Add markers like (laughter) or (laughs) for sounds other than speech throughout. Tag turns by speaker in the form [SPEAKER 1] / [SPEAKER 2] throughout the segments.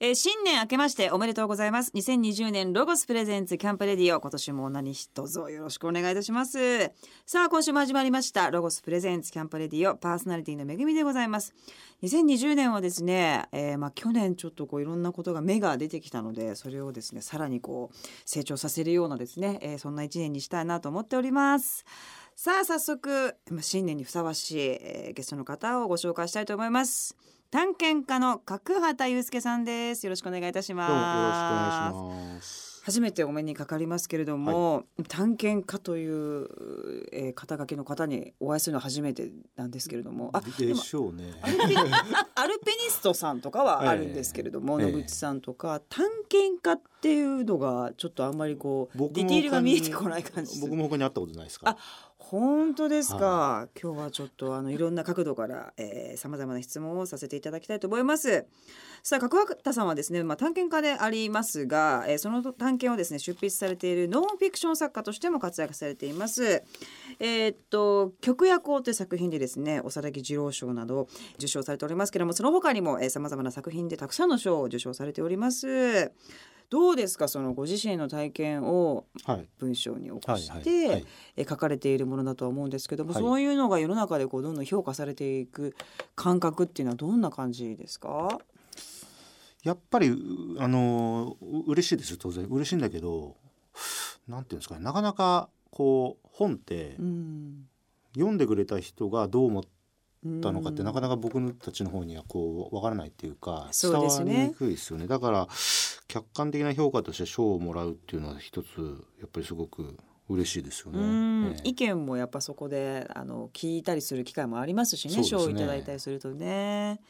[SPEAKER 1] えー新年明けましておめでとうございます2020年ロゴスプレゼンツキャンプレディオ今年も何一ぞよろしくお願いいたしますさあ今週も始まりましたロゴスプレゼンツキャンプレディオパーソナリティのめぐみでございます2020年はですね、えーまあ去年ちょっとこういろんなことが芽が出てきたのでそれをですねさらにこう成長させるようなですね、えーそんな一年にしたいなと思っておりますさあ早速まあ新年にふさわしい、えーゲストの方をご紹介したいと思います探検家の角畑祐介さんですよろしくお願いいたし
[SPEAKER 2] どうもよろしく
[SPEAKER 1] ます
[SPEAKER 2] お願いします。
[SPEAKER 1] 初めてお目にかかりますけれども、探検家という、えー肩書きの方にお会いするのは初めてなんですけれどもあで
[SPEAKER 2] で
[SPEAKER 1] も
[SPEAKER 2] しょうね。
[SPEAKER 1] アルピアルピニストさんとか
[SPEAKER 2] (laughs)
[SPEAKER 1] はあるんですけれども、
[SPEAKER 2] ええ
[SPEAKER 1] 野口さんとか探検家っていうのがちょっとあんまりこう
[SPEAKER 2] 僕
[SPEAKER 1] ディ
[SPEAKER 2] も
[SPEAKER 1] ティールが見えてこない感じ
[SPEAKER 2] 僕も他に会ったことないですから。
[SPEAKER 1] 本当ですか、今日はちょっとあのいろんな角度からさまざまな質問をさせていただきたいと思いますさあ角畑さんはですね、まあ、探検家でありますが、えーその探検をですね出筆されているノンフィクション作家としても活躍されていますえーっと「曲や行」という作品でですね長崎二郎賞などを受賞されておりますけれどもその他にもさまざまな作品でたくさんの賞を受賞されておりますどうですかそのご自身の体験を
[SPEAKER 2] はい。
[SPEAKER 1] 文章に起こ
[SPEAKER 2] は
[SPEAKER 1] して、
[SPEAKER 2] いはい。
[SPEAKER 1] えー書かれているものだとは思うんですけども、
[SPEAKER 2] はい
[SPEAKER 1] そういうのが世の中でこうどんどん評価されていく感覚っていうのはどんな感じですか？
[SPEAKER 2] やっぱりうあのう嬉しいですよ当然嬉しいんだけど、なんていうんですかねなかなかこう本って
[SPEAKER 1] うん、
[SPEAKER 2] 読んでくれた人がどう思ったのかってなか
[SPEAKER 1] なか
[SPEAKER 2] なか僕たちの方にはこうわからないっていうか伝
[SPEAKER 1] そうで
[SPEAKER 2] わ
[SPEAKER 1] す
[SPEAKER 2] り
[SPEAKER 1] ね
[SPEAKER 2] にくいですよね。だから客観的な評価として賞をもらうっていうのは一つやっぱりすごく嬉しいですよね。ええ
[SPEAKER 1] 意見もやっぱそこであの聞いたりする機会もありますし
[SPEAKER 2] そ
[SPEAKER 1] ね
[SPEAKER 2] うです
[SPEAKER 1] 賞、
[SPEAKER 2] ね
[SPEAKER 1] をいただいたりするとね。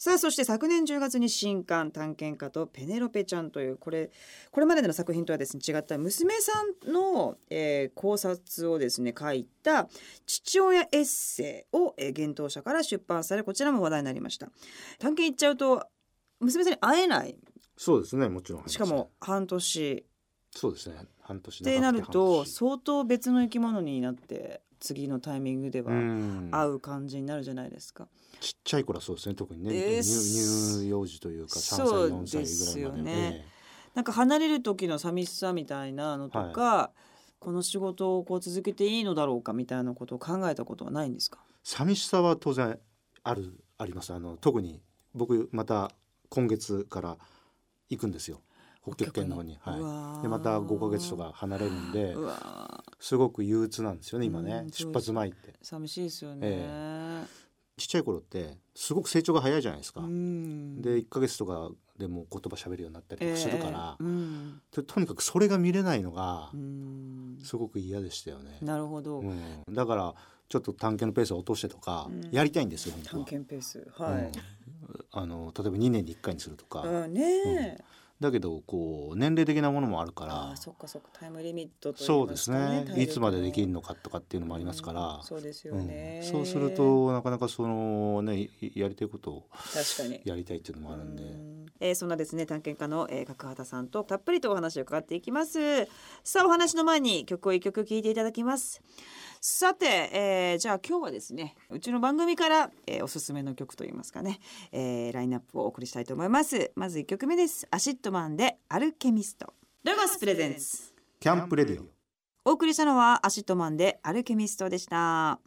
[SPEAKER 1] さあそして昨年10月に新刊「探検家とペネロペちゃん」というこれこれまでの作品とはですね違った娘さんの、えー考察をですね書いた父親エッセイを、えー、幻冬社から出版されこちらも話題になりました。探検行っちゃうと娘さんに会えない
[SPEAKER 2] そうですねもちろんあります
[SPEAKER 1] しかも半年
[SPEAKER 2] そうですね半
[SPEAKER 1] っ
[SPEAKER 2] 年長く
[SPEAKER 1] て
[SPEAKER 2] て
[SPEAKER 1] なると
[SPEAKER 2] 半年
[SPEAKER 1] 相当別の生き物になって次のタイミングでは
[SPEAKER 2] うん
[SPEAKER 1] 合う感じになるじゃないですか。
[SPEAKER 2] ちっちゃい頃はそうですね特にね
[SPEAKER 1] です
[SPEAKER 2] 乳乳幼児というか3歳
[SPEAKER 1] そう
[SPEAKER 2] 4歳ぐらいまで
[SPEAKER 1] ですよねなんか離れる時の寂しさみたいなのとか、この仕事をこう続けていいのだろうかみたいなことを考えたことはないんですか。
[SPEAKER 2] 寂しさは当然あるありますあの特に僕また今月から行くんですよ北極圏の方に
[SPEAKER 1] う
[SPEAKER 2] は
[SPEAKER 1] わ
[SPEAKER 2] い
[SPEAKER 1] ー
[SPEAKER 2] でまた5ヶ月とか離れるんで
[SPEAKER 1] うわー
[SPEAKER 2] すごく憂鬱なんですよね今
[SPEAKER 1] うん
[SPEAKER 2] ね
[SPEAKER 1] そうです
[SPEAKER 2] 出発前って
[SPEAKER 1] 寂しいですよね。
[SPEAKER 2] ちっちゃい頃ってすごく成長が早いじゃないですか
[SPEAKER 1] うん
[SPEAKER 2] で1ヶ月とかでもう言葉喋るようになったりとかするから
[SPEAKER 1] ええうん
[SPEAKER 2] ととにかくそれが見れないのが
[SPEAKER 1] うん
[SPEAKER 2] すごく嫌でしたよね、
[SPEAKER 1] なるほど。
[SPEAKER 2] うんだからちょっと探検のペースを落としてとか
[SPEAKER 1] うん
[SPEAKER 2] やりたいんですよ、本当
[SPEAKER 1] 探
[SPEAKER 2] は
[SPEAKER 1] 検ペースはい。
[SPEAKER 2] うんあの例えば2年に1回にするとか、
[SPEAKER 1] うん、ねえ、
[SPEAKER 2] だけどこう年齢的なものもあるか
[SPEAKER 1] あ
[SPEAKER 2] ら
[SPEAKER 1] あそっかそっかタイムリミットとい
[SPEAKER 2] そう
[SPEAKER 1] ま
[SPEAKER 2] ですす
[SPEAKER 1] か
[SPEAKER 2] ねいつまでできる
[SPEAKER 1] の
[SPEAKER 2] のかとかっていうのもありますから、
[SPEAKER 1] そうですよ
[SPEAKER 2] うん
[SPEAKER 1] ね、
[SPEAKER 2] そうするとなかなかそのねいやりたいことを
[SPEAKER 1] 確かに
[SPEAKER 2] やりたいっていうのもあるんで。
[SPEAKER 1] うんえーそんなですね探検家の、えー、角畑さんとたっぷりとお話を伺っていきますさあお話の前に曲を一曲聴いていただきますさて、えーじゃあ今日はですねうちの番組から、えーおすすめの曲といいますかね、えーラインナップをお送りしたいと思いますまず一曲目ですアシッドマンでアルケミストロゴスプレゼンツ
[SPEAKER 2] キャンプレディオ
[SPEAKER 1] お送りしたのはアシットマンでアルケミストでした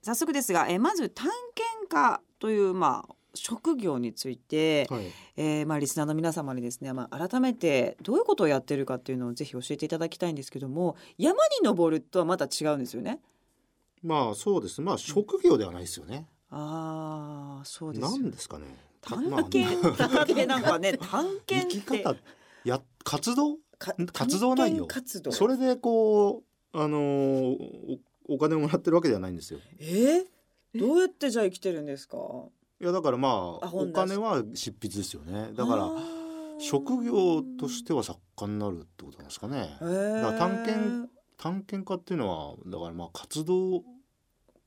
[SPEAKER 1] 早速ですが、えーまず探検家というまあ職業について、
[SPEAKER 2] はい、
[SPEAKER 1] えーまあリスナーの皆様にですね、まあ、改めてどういうことをやってるかっていうのをぜひ教えていただきたいんですけども山に登るとはまた違うんですよね。
[SPEAKER 2] まあそうですまあ職業ではないですよね。
[SPEAKER 1] あーそうですよ
[SPEAKER 2] 何ですかね。か
[SPEAKER 1] 探
[SPEAKER 2] まあ
[SPEAKER 1] 検家ってなんか
[SPEAKER 2] (laughs)
[SPEAKER 1] ね探
[SPEAKER 2] 生
[SPEAKER 1] 検
[SPEAKER 2] き
[SPEAKER 1] って
[SPEAKER 2] 方や活動
[SPEAKER 1] か
[SPEAKER 2] 活動内容
[SPEAKER 1] 探検活動
[SPEAKER 2] それでこうあのーおお金をもらってるわけではないんですよ。
[SPEAKER 1] えーどうやってじゃあ生きてるんですか
[SPEAKER 2] いやだからまあ
[SPEAKER 1] あ
[SPEAKER 2] お
[SPEAKER 1] 本出す
[SPEAKER 2] 金は執筆ですよね。だから
[SPEAKER 1] あー
[SPEAKER 2] 職業としては作家になるってことなんですかね。
[SPEAKER 1] だ
[SPEAKER 2] から探検探検家っていうのはだからまあ活動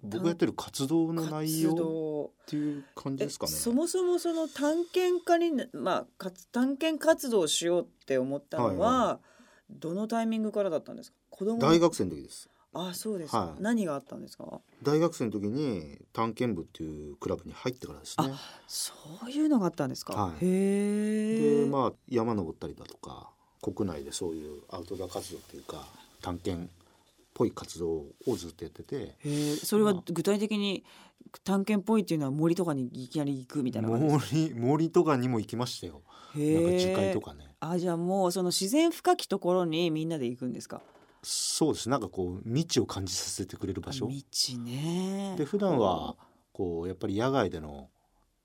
[SPEAKER 2] 僕がやってる活動の内
[SPEAKER 1] 活
[SPEAKER 2] 容
[SPEAKER 1] 動
[SPEAKER 2] っていう感じですかね
[SPEAKER 1] え。そもそもその探検家にな、まあ、かつ探検活動をしようって思ったのは、
[SPEAKER 2] はい
[SPEAKER 1] どのタイミングからだったんですか子供の
[SPEAKER 2] 大学生の時です。
[SPEAKER 1] あそうですか、
[SPEAKER 2] はい
[SPEAKER 1] 何があったんですか
[SPEAKER 2] 大学生の時に探検部っていうクラブに入ってからですね
[SPEAKER 1] そういうのがあったんですか、
[SPEAKER 2] はい
[SPEAKER 1] へ
[SPEAKER 2] で
[SPEAKER 1] え、
[SPEAKER 2] まあ山登ったりだとか国内でそういうアウトドア活動っていうか探検っぽい活動をずっとやってて
[SPEAKER 1] へえそれは具体的に探検っぽいっていうのは森とかにいきなり行くみたいな感じですか
[SPEAKER 2] 森森とかにも行きましたよ
[SPEAKER 1] へ
[SPEAKER 2] なんか樹
[SPEAKER 1] え
[SPEAKER 2] 海とかね
[SPEAKER 1] あじゃあもうその自然深きところにみんなで行くんですか
[SPEAKER 2] そうですなんかこう未知を感じさせてくれる場所
[SPEAKER 1] 道ね
[SPEAKER 2] で普段はこうやっぱり野外での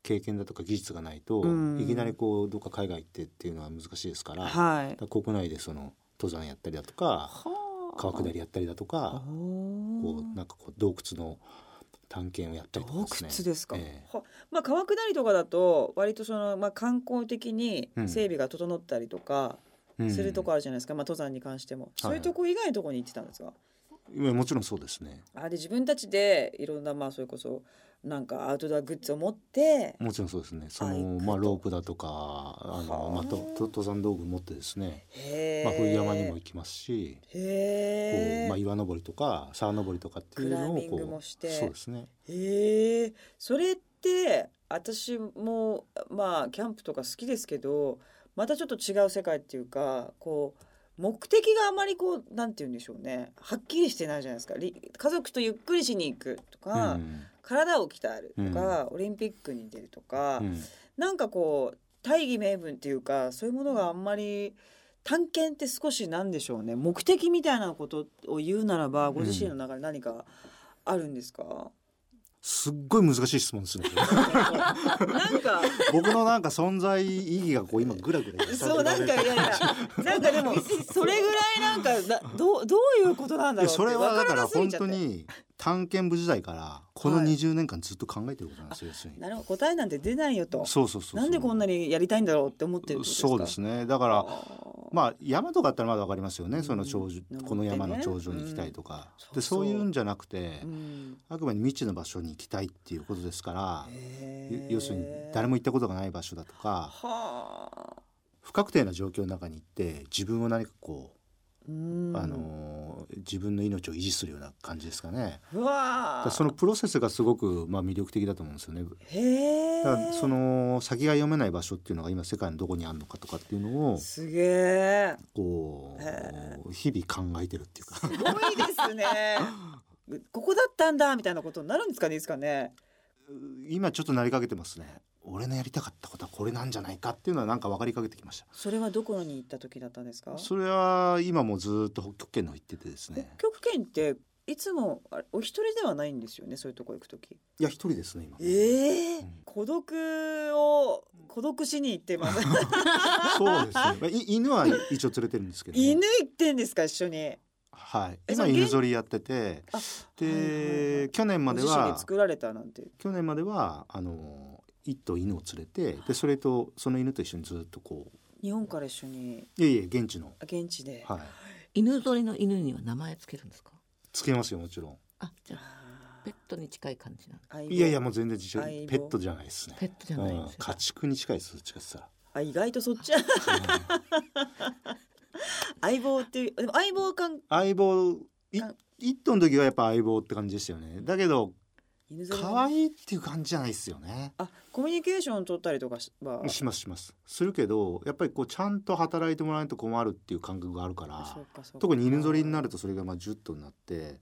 [SPEAKER 2] 経験だとか技術がないと
[SPEAKER 1] うん
[SPEAKER 2] いきなりこうどっか海外行ってっていうのは難しいですから
[SPEAKER 1] はい
[SPEAKER 2] だから国内でその登山やったりだとか川下りやったりだとかこ
[SPEAKER 1] こ
[SPEAKER 2] うなんかこう洞窟の探検をやったりとか
[SPEAKER 1] 洞
[SPEAKER 2] ですね。
[SPEAKER 1] 窟ですか、
[SPEAKER 2] ええ
[SPEAKER 1] はまあ川下りとかだと割とその、まあ、観光的に
[SPEAKER 2] うん
[SPEAKER 1] 整備が整ったりとか
[SPEAKER 2] うん
[SPEAKER 1] するとこあるじゃないですか、まあ、登山に関してもそういうとこ以外のとこに行ってたんですか、
[SPEAKER 2] いやもちろんそうですね。
[SPEAKER 1] あで自分たちでいろんなまあそれこそなんかアウトドアグッズを持って
[SPEAKER 2] もちろんそうですね。そ
[SPEAKER 1] あ行
[SPEAKER 2] の
[SPEAKER 1] くと
[SPEAKER 2] まあロープだとかあの
[SPEAKER 1] はあ
[SPEAKER 2] まあとと登山道具持ってですね。
[SPEAKER 1] へえ、
[SPEAKER 2] まあ冬山にも行きますし、こ
[SPEAKER 1] へ
[SPEAKER 2] う
[SPEAKER 1] え、
[SPEAKER 2] まあ岩登りとか沢登りとかっていうの
[SPEAKER 1] ク
[SPEAKER 2] を
[SPEAKER 1] ライミン
[SPEAKER 2] こ
[SPEAKER 1] グも
[SPEAKER 2] う
[SPEAKER 1] して
[SPEAKER 2] そうですね。
[SPEAKER 1] へえそれって私もまあキャンプとか好きですけどまたちょっと違う世界っていうかこう目的があまりこうなんて言うんでしょうねはっきりしてないじゃないですかり家族とゆっくりしに行くとか、
[SPEAKER 2] うん
[SPEAKER 1] 体を鍛えるとか、オリンピックに出るとか、
[SPEAKER 2] うん
[SPEAKER 1] なんかこう大義名分っていうかそういうものがあんまり探検って少しなんでしょうね目的みたいなことを言うならばご自身の中で何かあるんですか、
[SPEAKER 2] すっごい難しい質問ですね。
[SPEAKER 1] なんか
[SPEAKER 2] 僕のなんか存在意義がこう今グラグラ揺さ
[SPEAKER 1] そう
[SPEAKER 2] ぶ
[SPEAKER 1] なんか
[SPEAKER 2] られ
[SPEAKER 1] い
[SPEAKER 2] て
[SPEAKER 1] やいやなんかで
[SPEAKER 2] (laughs)
[SPEAKER 1] もそれぐらいなんかなどうどういうことなんだ
[SPEAKER 2] い
[SPEAKER 1] ろうっ
[SPEAKER 2] や
[SPEAKER 1] て
[SPEAKER 2] それはだから
[SPEAKER 1] わらな
[SPEAKER 2] 本
[SPEAKER 1] すぎちゃっ
[SPEAKER 2] 当
[SPEAKER 1] て
[SPEAKER 2] に探検部時代からこの
[SPEAKER 1] はい
[SPEAKER 2] 20年間ずっと考えてることなんですよ、要するに
[SPEAKER 1] なるほど答えなんて出ないよと
[SPEAKER 2] そうそうそうそう
[SPEAKER 1] なんでこんなにやりたいんだろうって思ってるってことですか
[SPEAKER 2] そうですねだから
[SPEAKER 1] あ
[SPEAKER 2] まあ山とかだったらまだわかりますよね、
[SPEAKER 1] うん
[SPEAKER 2] その頂上
[SPEAKER 1] 登ってね
[SPEAKER 2] この山の頂上に行きたいとか、
[SPEAKER 1] うんそ
[SPEAKER 2] で
[SPEAKER 1] うそう
[SPEAKER 2] そういうんじゃなくて、
[SPEAKER 1] うん
[SPEAKER 2] あくまで未知の場所に行きたいっていうことですから、
[SPEAKER 1] へー
[SPEAKER 2] 要するに誰も行ったことがない場所だとか
[SPEAKER 1] はあ
[SPEAKER 2] 不確定な状況の中に行って自分を何かこ
[SPEAKER 1] うん
[SPEAKER 2] う、あのー自分の命を維持するような感じですかね。
[SPEAKER 1] うわ
[SPEAKER 2] だか
[SPEAKER 1] あ
[SPEAKER 2] らそのプロセスがすごくまあ魅力的だと思うんですよね。
[SPEAKER 1] へえ
[SPEAKER 2] だからその先が読めない場所っていうのが今世界のどこにあるのかとかっていうのを
[SPEAKER 1] すげえ
[SPEAKER 2] こ
[SPEAKER 1] へ
[SPEAKER 2] う日々考えてるってい
[SPEAKER 1] (laughs)
[SPEAKER 2] うか。
[SPEAKER 1] すごいです
[SPEAKER 2] (laughs)
[SPEAKER 1] ねここだったんだみたいなことになるんですかねいつかね
[SPEAKER 2] 今ちょっとなりかけてますね俺のやりたかったことはこれなんじゃないかっていうのはなんか分かりかけてきました
[SPEAKER 1] それはどこに行った時だったんですか
[SPEAKER 2] それは今もずっと北極圏の方行っててです
[SPEAKER 1] 北
[SPEAKER 2] ね
[SPEAKER 1] 極圏っていつもあれお一人ではないんですよねそういうとこ行く時
[SPEAKER 2] いや一人ですね今
[SPEAKER 1] ええ
[SPEAKER 2] うん
[SPEAKER 1] 孤独を孤独しに行ってます
[SPEAKER 2] そうです
[SPEAKER 1] (laughs)
[SPEAKER 2] ねまあい犬は一応連れてるんですけどね、
[SPEAKER 1] 犬行ってんですか一緒に
[SPEAKER 2] はい
[SPEAKER 1] えそ
[SPEAKER 2] 今
[SPEAKER 1] の
[SPEAKER 2] 犬ぞりやってて
[SPEAKER 1] あ
[SPEAKER 2] で、
[SPEAKER 1] はいはい
[SPEAKER 2] 去年ま
[SPEAKER 1] ご
[SPEAKER 2] で
[SPEAKER 1] 自身
[SPEAKER 2] は
[SPEAKER 1] で作られたなんて
[SPEAKER 2] 去年まではあの一頭犬を連れてでそれとその犬と一緒にずっとこう
[SPEAKER 1] 日本から一緒に
[SPEAKER 2] いえいえ現地の
[SPEAKER 1] 現地で、
[SPEAKER 2] はい
[SPEAKER 3] 犬ぞりの犬には名前つけるんですか
[SPEAKER 2] つけますよもちろん
[SPEAKER 3] あじゃあ
[SPEAKER 1] あ
[SPEAKER 3] ペットに近い感じなの
[SPEAKER 1] ー相棒
[SPEAKER 2] いやいやもう全然自
[SPEAKER 1] 相棒
[SPEAKER 2] ペットじゃないですね
[SPEAKER 3] ペットじゃない
[SPEAKER 2] う
[SPEAKER 3] んで
[SPEAKER 2] ん
[SPEAKER 3] すよ、
[SPEAKER 2] 家畜に近いですどっちかって言っ
[SPEAKER 1] あ意外とそっちは (laughs)
[SPEAKER 2] たら。うん
[SPEAKER 1] 相棒っていうでも相棒感
[SPEAKER 2] 相棒い
[SPEAKER 1] あ
[SPEAKER 2] 一頭の時はやっぱ相棒って感じでしたよねだけど
[SPEAKER 1] 犬ぞりの
[SPEAKER 2] 可愛いっていう感じじゃないですよね
[SPEAKER 1] あコミュニケーション取ったりとかしは
[SPEAKER 2] しますしますするけどやっぱりこうちゃんと働いてもらわないと困るっていう感覚があるか
[SPEAKER 1] そ
[SPEAKER 2] ら
[SPEAKER 1] うかそうか
[SPEAKER 2] 特に犬ぞりになるとそれがまあ10頭になって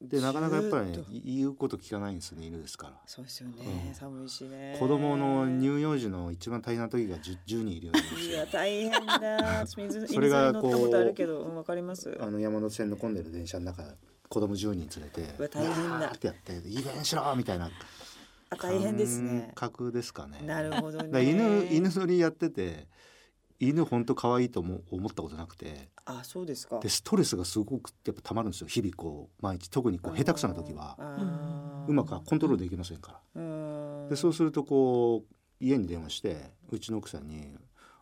[SPEAKER 2] でなかなかやっぱり
[SPEAKER 1] ず
[SPEAKER 2] ね
[SPEAKER 1] っと
[SPEAKER 2] い言うこと聞かないんですよね犬ですか
[SPEAKER 1] そうですよね、
[SPEAKER 2] うん
[SPEAKER 1] 寒いし
[SPEAKER 2] ら
[SPEAKER 1] ね
[SPEAKER 2] 子供の乳幼児の一番大変な時が 10, 10人いるようなんです
[SPEAKER 1] い
[SPEAKER 2] よ
[SPEAKER 1] や大変だ。
[SPEAKER 2] (laughs)
[SPEAKER 1] 私水
[SPEAKER 2] それが
[SPEAKER 1] 犬座に乗ったことあるけど、
[SPEAKER 2] こう
[SPEAKER 1] うんわかります。
[SPEAKER 2] あの山手線の混んでる電車の中子供10人連れて
[SPEAKER 1] うわ大変だ
[SPEAKER 2] わーってやって「いい加減にしろ!」みたいな
[SPEAKER 1] あ大変ですね
[SPEAKER 2] 感。覚ですかね
[SPEAKER 1] なるほど
[SPEAKER 2] だから
[SPEAKER 1] ね。
[SPEAKER 2] 犬犬乗りやってて犬ほんと可愛いとも思ったことなくて
[SPEAKER 1] あそうですか
[SPEAKER 2] で。ストレスがすごくやっぱたまるんですよ日々こう毎日特にこう下手くそな時は
[SPEAKER 1] は
[SPEAKER 2] うまくはコントロールできませんか
[SPEAKER 1] うー
[SPEAKER 2] ら
[SPEAKER 1] ん。
[SPEAKER 2] でそうするとこう家に電話してうちの奥さんに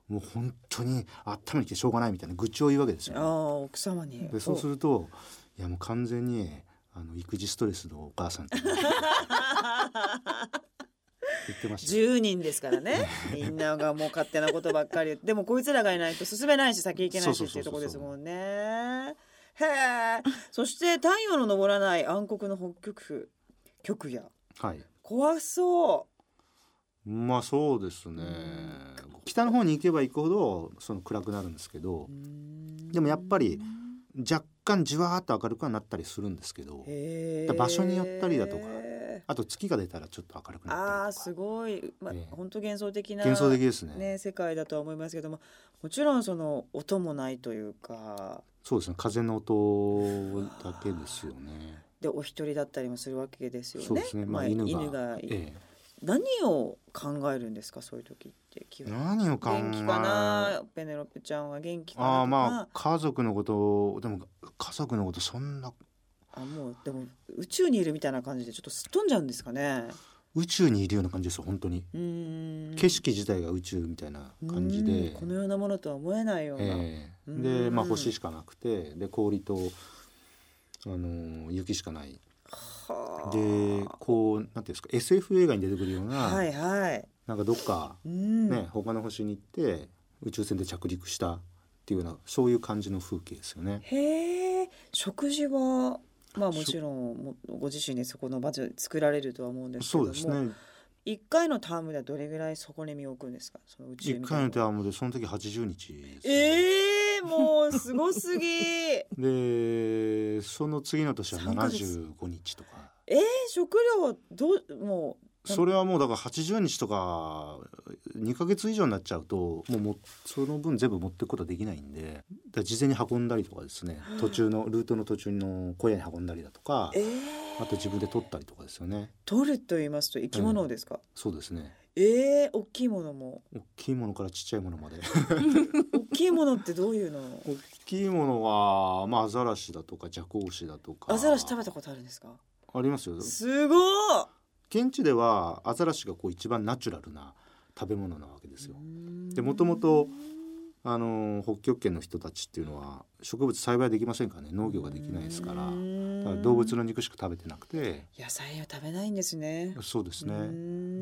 [SPEAKER 2] もう本当にあっためてしょうがないみたいな愚痴を言うわけです
[SPEAKER 1] あ
[SPEAKER 2] よ
[SPEAKER 1] あ奥様に。
[SPEAKER 2] でそうす
[SPEAKER 1] る。
[SPEAKER 2] るといやもう完全にあの育児ストレスのお母さ
[SPEAKER 1] (laughs)
[SPEAKER 2] んって言ってましたよ
[SPEAKER 1] 10人ですから
[SPEAKER 2] (laughs)
[SPEAKER 1] ねみんながもう勝手なことばっかりでもこいつらがいないと進めないし先行けないし
[SPEAKER 2] そう
[SPEAKER 1] って
[SPEAKER 2] そ
[SPEAKER 1] いう
[SPEAKER 2] う
[SPEAKER 1] と
[SPEAKER 2] そうそう
[SPEAKER 1] ころですもんねへえ。そして太陽の昇らない暗黒の北極風極夜。
[SPEAKER 2] はい
[SPEAKER 1] 怖そ
[SPEAKER 2] まあそうですね北の方に行けば行くほどその暗くなるんですけど
[SPEAKER 1] う。
[SPEAKER 2] でもやっぱり若干じわーっと明るくはなったりするんですけど
[SPEAKER 1] へ
[SPEAKER 2] だ
[SPEAKER 1] ー
[SPEAKER 2] 場所によったりだとかあと月が出たらちょっと明るく
[SPEAKER 1] あ
[SPEAKER 2] な
[SPEAKER 1] あ
[SPEAKER 2] った
[SPEAKER 1] す
[SPEAKER 2] りとか
[SPEAKER 1] ごい、まあ
[SPEAKER 2] ええ
[SPEAKER 1] 本当幻想的な
[SPEAKER 2] 幻想的ですね
[SPEAKER 1] ね世界だとは思いますけどももちろんその音もないというか
[SPEAKER 2] そうですね風の音だけですよね
[SPEAKER 1] でお一人だったりもするわけですよね。
[SPEAKER 2] そうですねまあ犬がええ
[SPEAKER 1] 何を考えるんですかそういう時って基本
[SPEAKER 2] 何を考え
[SPEAKER 1] 元気かなペネロペちゃんは元気かなとか
[SPEAKER 2] ああまあ家族のことでも家族のことそんな
[SPEAKER 1] あもうでも宇宙にいるみたいな感じでちょっとすっ飛んじゃうんですかね
[SPEAKER 2] 宇宙にいるような感じですよ本当に
[SPEAKER 1] うーん
[SPEAKER 2] 景色自体が宇宙みたいな感
[SPEAKER 1] う
[SPEAKER 2] じ
[SPEAKER 1] ーん
[SPEAKER 2] で
[SPEAKER 1] このようなものとは思えないような、
[SPEAKER 2] ええ
[SPEAKER 1] う
[SPEAKER 2] で
[SPEAKER 1] ん
[SPEAKER 2] まあ星しかなくてで氷とあのー雪しかない
[SPEAKER 1] はあ
[SPEAKER 2] でこうなんていうんですか SF 映画に出てくるような、
[SPEAKER 1] はいはい
[SPEAKER 2] なんかどっか
[SPEAKER 1] うん、
[SPEAKER 2] ね、他の星に行って宇宙船で着陸したっていうようなそういう感じの風景ですよね。
[SPEAKER 1] へえ食事はまあもちろんもご自身でそこの場所で作られるとは思うんですけ
[SPEAKER 2] そ
[SPEAKER 1] ど
[SPEAKER 2] う
[SPEAKER 1] も
[SPEAKER 2] ですね
[SPEAKER 1] 1回のタームではどれぐらいそこに身を置くんですかその宇宙
[SPEAKER 2] 1
[SPEAKER 1] みたい
[SPEAKER 2] 回
[SPEAKER 1] な
[SPEAKER 2] の手はもうでその時80日ですね、
[SPEAKER 1] ええもうすごすぎ (laughs) え
[SPEAKER 2] でその次の年は
[SPEAKER 1] 三ヶ月
[SPEAKER 2] 75日とか
[SPEAKER 1] え食料どうも
[SPEAKER 2] それはもうだから80日とか2ヶ月以上になっちゃうともうもその分全部持っていくことはできないんでだから事前に運んだりとかですね途中のルートの途中の小屋に運んだりだとか
[SPEAKER 1] うえ
[SPEAKER 2] あと自分で取ったりとかですよね
[SPEAKER 1] 取ると言いますと生き物ですか、
[SPEAKER 2] そうですね
[SPEAKER 1] ええ大きいものも
[SPEAKER 2] 大きいものからちっちゃいもの
[SPEAKER 1] (laughs)
[SPEAKER 2] まで。
[SPEAKER 1] 大きいものってどういうの
[SPEAKER 2] 大きいものは、まあ、アザラシだとかジャコウシだとか
[SPEAKER 1] アザラシ食べたことあるんですか
[SPEAKER 2] ありますよ現
[SPEAKER 1] すごい
[SPEAKER 2] 地ではアザラシがこう一番ナチュラルな食べ物なわけですよ
[SPEAKER 1] で
[SPEAKER 2] 元々あのー北極圏の人たちっていうのは植物栽培できませんからね農業ができないですからだから動物の肉しか食べてなくて
[SPEAKER 1] 野菜を食べないんですね。
[SPEAKER 2] そうです
[SPEAKER 1] うー
[SPEAKER 2] ね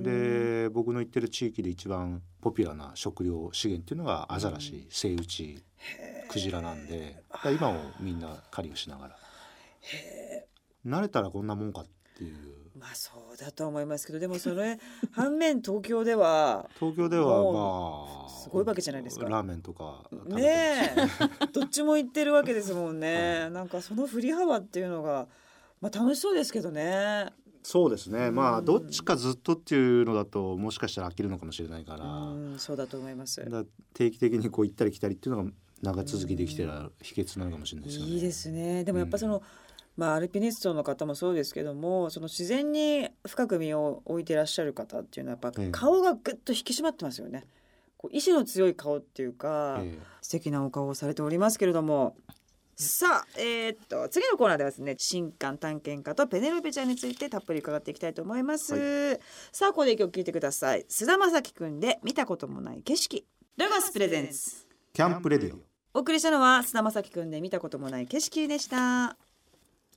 [SPEAKER 1] ん、
[SPEAKER 2] で僕の行ってる地域で一番ポピュラーな食料資源っていうのがアザラシセイウチクジラなんでだから今もみんな狩りをしながら慣れたらこんなもんかっていう
[SPEAKER 1] まあそうだと思いますけどでもそれ反面東京で
[SPEAKER 2] (laughs)
[SPEAKER 1] は
[SPEAKER 2] 東京ではまあ
[SPEAKER 1] すごいわけじゃないですか
[SPEAKER 2] ラーメンとか食べてます
[SPEAKER 1] ねえどっちも行ってるわけですもん
[SPEAKER 2] (laughs)
[SPEAKER 1] ね。なんかその振り幅っていうのがまあ楽しそうですけどね。
[SPEAKER 2] そうですねま
[SPEAKER 1] う
[SPEAKER 2] あ
[SPEAKER 1] ん
[SPEAKER 2] どっちかずっとっていうのだともしかしたら飽きるのかもしれないか
[SPEAKER 1] う
[SPEAKER 2] ら
[SPEAKER 1] んそうだと思います。
[SPEAKER 2] だから定期的にこう行ったり来たりっていうのが長続きできてる秘訣なのかもしれないですよね。
[SPEAKER 1] いいですね。でもやっぱその、まあアルピニストの方もそうですけども、その自然に深く身を置いていらっしゃる方っていうのはやっぱ
[SPEAKER 2] ええ
[SPEAKER 1] 顔がぐっと引き締まってますよね。こう意志の強い顔っていうか、
[SPEAKER 2] ええ
[SPEAKER 1] 素敵なお顔をされておりますけれども。さあ、えーっと次のコーナーではですね新刊探検家とペネロペちゃんについてたっぷり伺っていきたいと思います、さあここで一曲聴いてください菅田将暉くんで見たこともない景色ロゴスプレゼンツ
[SPEAKER 2] キャンプレディオ
[SPEAKER 1] お送りしたのは須田まさきくんで見たこともない景色でした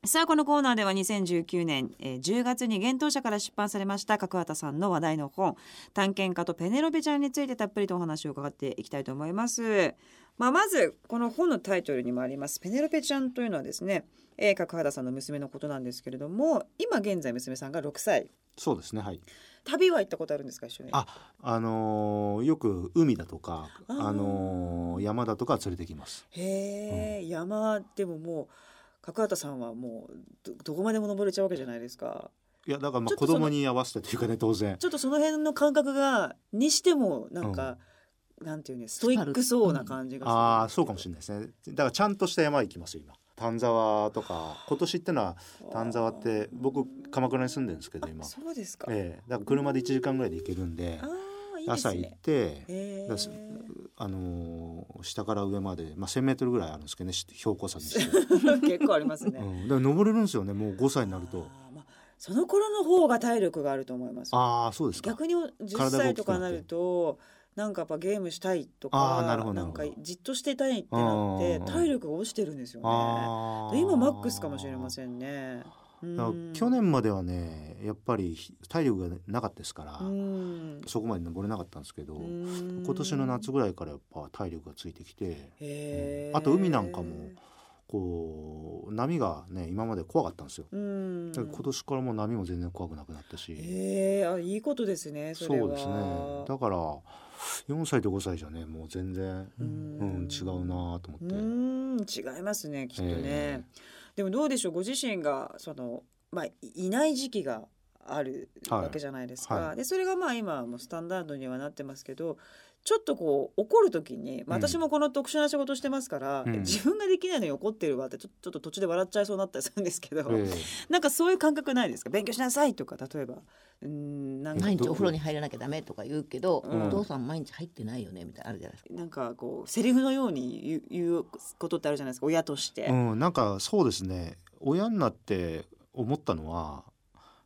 [SPEAKER 1] さあこのコーナーでは2019年、えー10月に幻冬舎から出版されました角畑さんの話題の本探検家とペネロペちゃんについてたっぷりとお話を伺っていきたいと思います、まあ、まずこの本のタイトルにもありますペネロペちゃんというのはですね、えー、角畑さんの娘のことなんですけれども今現在娘さんが6歳
[SPEAKER 2] そうですねはい
[SPEAKER 1] 旅は行ったことあるんですか一緒に
[SPEAKER 2] ああのーよく海だとか
[SPEAKER 1] あ
[SPEAKER 2] あ
[SPEAKER 1] ー
[SPEAKER 2] のー山だとかは連れてきます
[SPEAKER 1] へえ、山でももう角畑さんはもうどどこまでも登れちゃうわけじゃないですか
[SPEAKER 2] いやだからま
[SPEAKER 1] ちょ
[SPEAKER 2] あ
[SPEAKER 1] っと
[SPEAKER 2] 子
[SPEAKER 1] その
[SPEAKER 2] 供に合わせてというかね当然
[SPEAKER 1] ちょっとその辺の感覚がにしてもなんか、なんていうねストイックそうな感じがする
[SPEAKER 2] ああそうかもしれないですねだからちゃんとした山行きますよ今丹沢とか今年ってのは丹沢って僕鎌倉に住んでるんですけど今
[SPEAKER 1] あ、そうですか、
[SPEAKER 2] ええだから車で1時間ぐらいで行けるんで
[SPEAKER 1] ああいいで
[SPEAKER 2] 朝
[SPEAKER 1] す
[SPEAKER 2] 行っ
[SPEAKER 1] ね
[SPEAKER 2] て、
[SPEAKER 1] へ
[SPEAKER 2] だからす
[SPEAKER 1] え
[SPEAKER 2] あのー下から上まで、まあ、1,000メートルぐらいあるんですけどねし標高差にして、
[SPEAKER 1] (laughs) 結構あります
[SPEAKER 2] う
[SPEAKER 1] ね、
[SPEAKER 2] ん、だから登れるんですよねもう5歳になると
[SPEAKER 1] あーまあ、その頃の方が体力があると思います
[SPEAKER 2] ああそうですか
[SPEAKER 1] 逆に10
[SPEAKER 2] 体が
[SPEAKER 1] 歳
[SPEAKER 2] 大
[SPEAKER 1] と
[SPEAKER 2] きくな
[SPEAKER 1] か
[SPEAKER 2] って
[SPEAKER 1] なるとなんかやっぱゲームしたいと
[SPEAKER 2] あ
[SPEAKER 1] か
[SPEAKER 2] ーなるほど
[SPEAKER 1] んか
[SPEAKER 2] なるほど
[SPEAKER 1] じっとしてたいってなっ
[SPEAKER 2] うんう
[SPEAKER 1] て
[SPEAKER 2] んうん
[SPEAKER 1] 体力が落ちてるんですよね
[SPEAKER 2] あ
[SPEAKER 1] で
[SPEAKER 2] ー
[SPEAKER 1] 今マックスかもしれませんねうん
[SPEAKER 2] だから去年まではねやっぱりひ体力がなかったですから、
[SPEAKER 1] うん
[SPEAKER 2] そこまで登れなかったんですけど、
[SPEAKER 1] うん
[SPEAKER 2] 今年の夏ぐらいからやっぱ体力がついてきて
[SPEAKER 1] へー
[SPEAKER 2] あと海なんかもこう波がね今まで怖かったんですよ。
[SPEAKER 1] うん
[SPEAKER 2] だから今年からもう波も全然怖くなくなったし。
[SPEAKER 1] ええあいいことですねそれは
[SPEAKER 2] うですねだから4歳と5歳じゃねもう全然、
[SPEAKER 1] う
[SPEAKER 2] うんん違うなと思って、
[SPEAKER 1] うん違いますねきっとね、
[SPEAKER 2] え
[SPEAKER 1] でもどうでしょうご自身がその、まあ、いいない時期がある
[SPEAKER 2] はい
[SPEAKER 1] わけじゃないですか、
[SPEAKER 2] はい
[SPEAKER 1] でそれがまあ今はもうスタンダードにはなってますけどちょっとこう怒る時に、まあ、
[SPEAKER 2] うん
[SPEAKER 1] 私もこの特殊な仕事してますから、
[SPEAKER 2] うん
[SPEAKER 1] 自分ができないのに怒ってるわってちょちょっと途中で笑っちゃいそうになったりするんですけど、
[SPEAKER 2] え
[SPEAKER 1] なんかそういう感覚ないですか勉強しなさいとか例えばうんなんか
[SPEAKER 3] 毎日お風呂に入らなきゃダメとか言うけど、
[SPEAKER 1] うん
[SPEAKER 3] お父さん毎日入ってないよねみたいなのあるじゃないですか。
[SPEAKER 1] なんかこうセリフのように言う言うことってあるじゃないですか親として。
[SPEAKER 2] えうん、なんかそうですね親になって思ったのは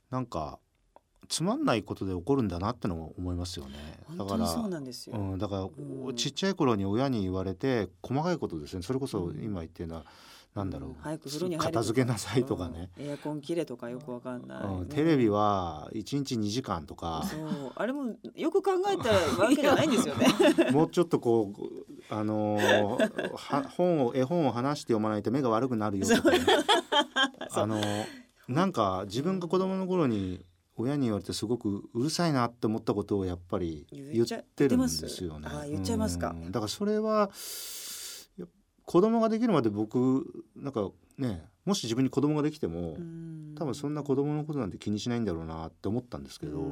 [SPEAKER 2] なんかつまんないことで怒るんだなってのを思いますよねだ
[SPEAKER 1] 本
[SPEAKER 2] か
[SPEAKER 1] 当
[SPEAKER 2] ら
[SPEAKER 1] にそうなんですよ、
[SPEAKER 2] うん、だから、
[SPEAKER 1] うん
[SPEAKER 2] ちっちゃい頃に親に言われて細かいことですねそれこそ
[SPEAKER 1] うん
[SPEAKER 2] 今言ってるのは、なんだろう
[SPEAKER 1] 早く風呂に入れとか
[SPEAKER 2] 片付けなさいとかね、
[SPEAKER 1] うん、エアコン切れとかよくわかんない、
[SPEAKER 2] うんテレビは1日2時間とか
[SPEAKER 1] そうあれもよく考えたわけじゃないんですよね
[SPEAKER 2] もうちょっとこうあのーは本を絵本を話して読まないと目が悪くなるよとかね、あのーなんか自分が子供の頃に親に言われてすごくうるさいなって思ったことをやっぱり
[SPEAKER 1] 言
[SPEAKER 2] 言
[SPEAKER 1] っ
[SPEAKER 2] っ
[SPEAKER 1] ちゃ
[SPEAKER 2] てるんですよね
[SPEAKER 1] 言ってます。あー言っちゃいますか
[SPEAKER 2] うんだからそれはやっぱ子供ができるまで僕なんかねもし自分に子供ができても、 (laughs) 多分そんな子供のことなんて気にしないんだろうなって思ったんですけど。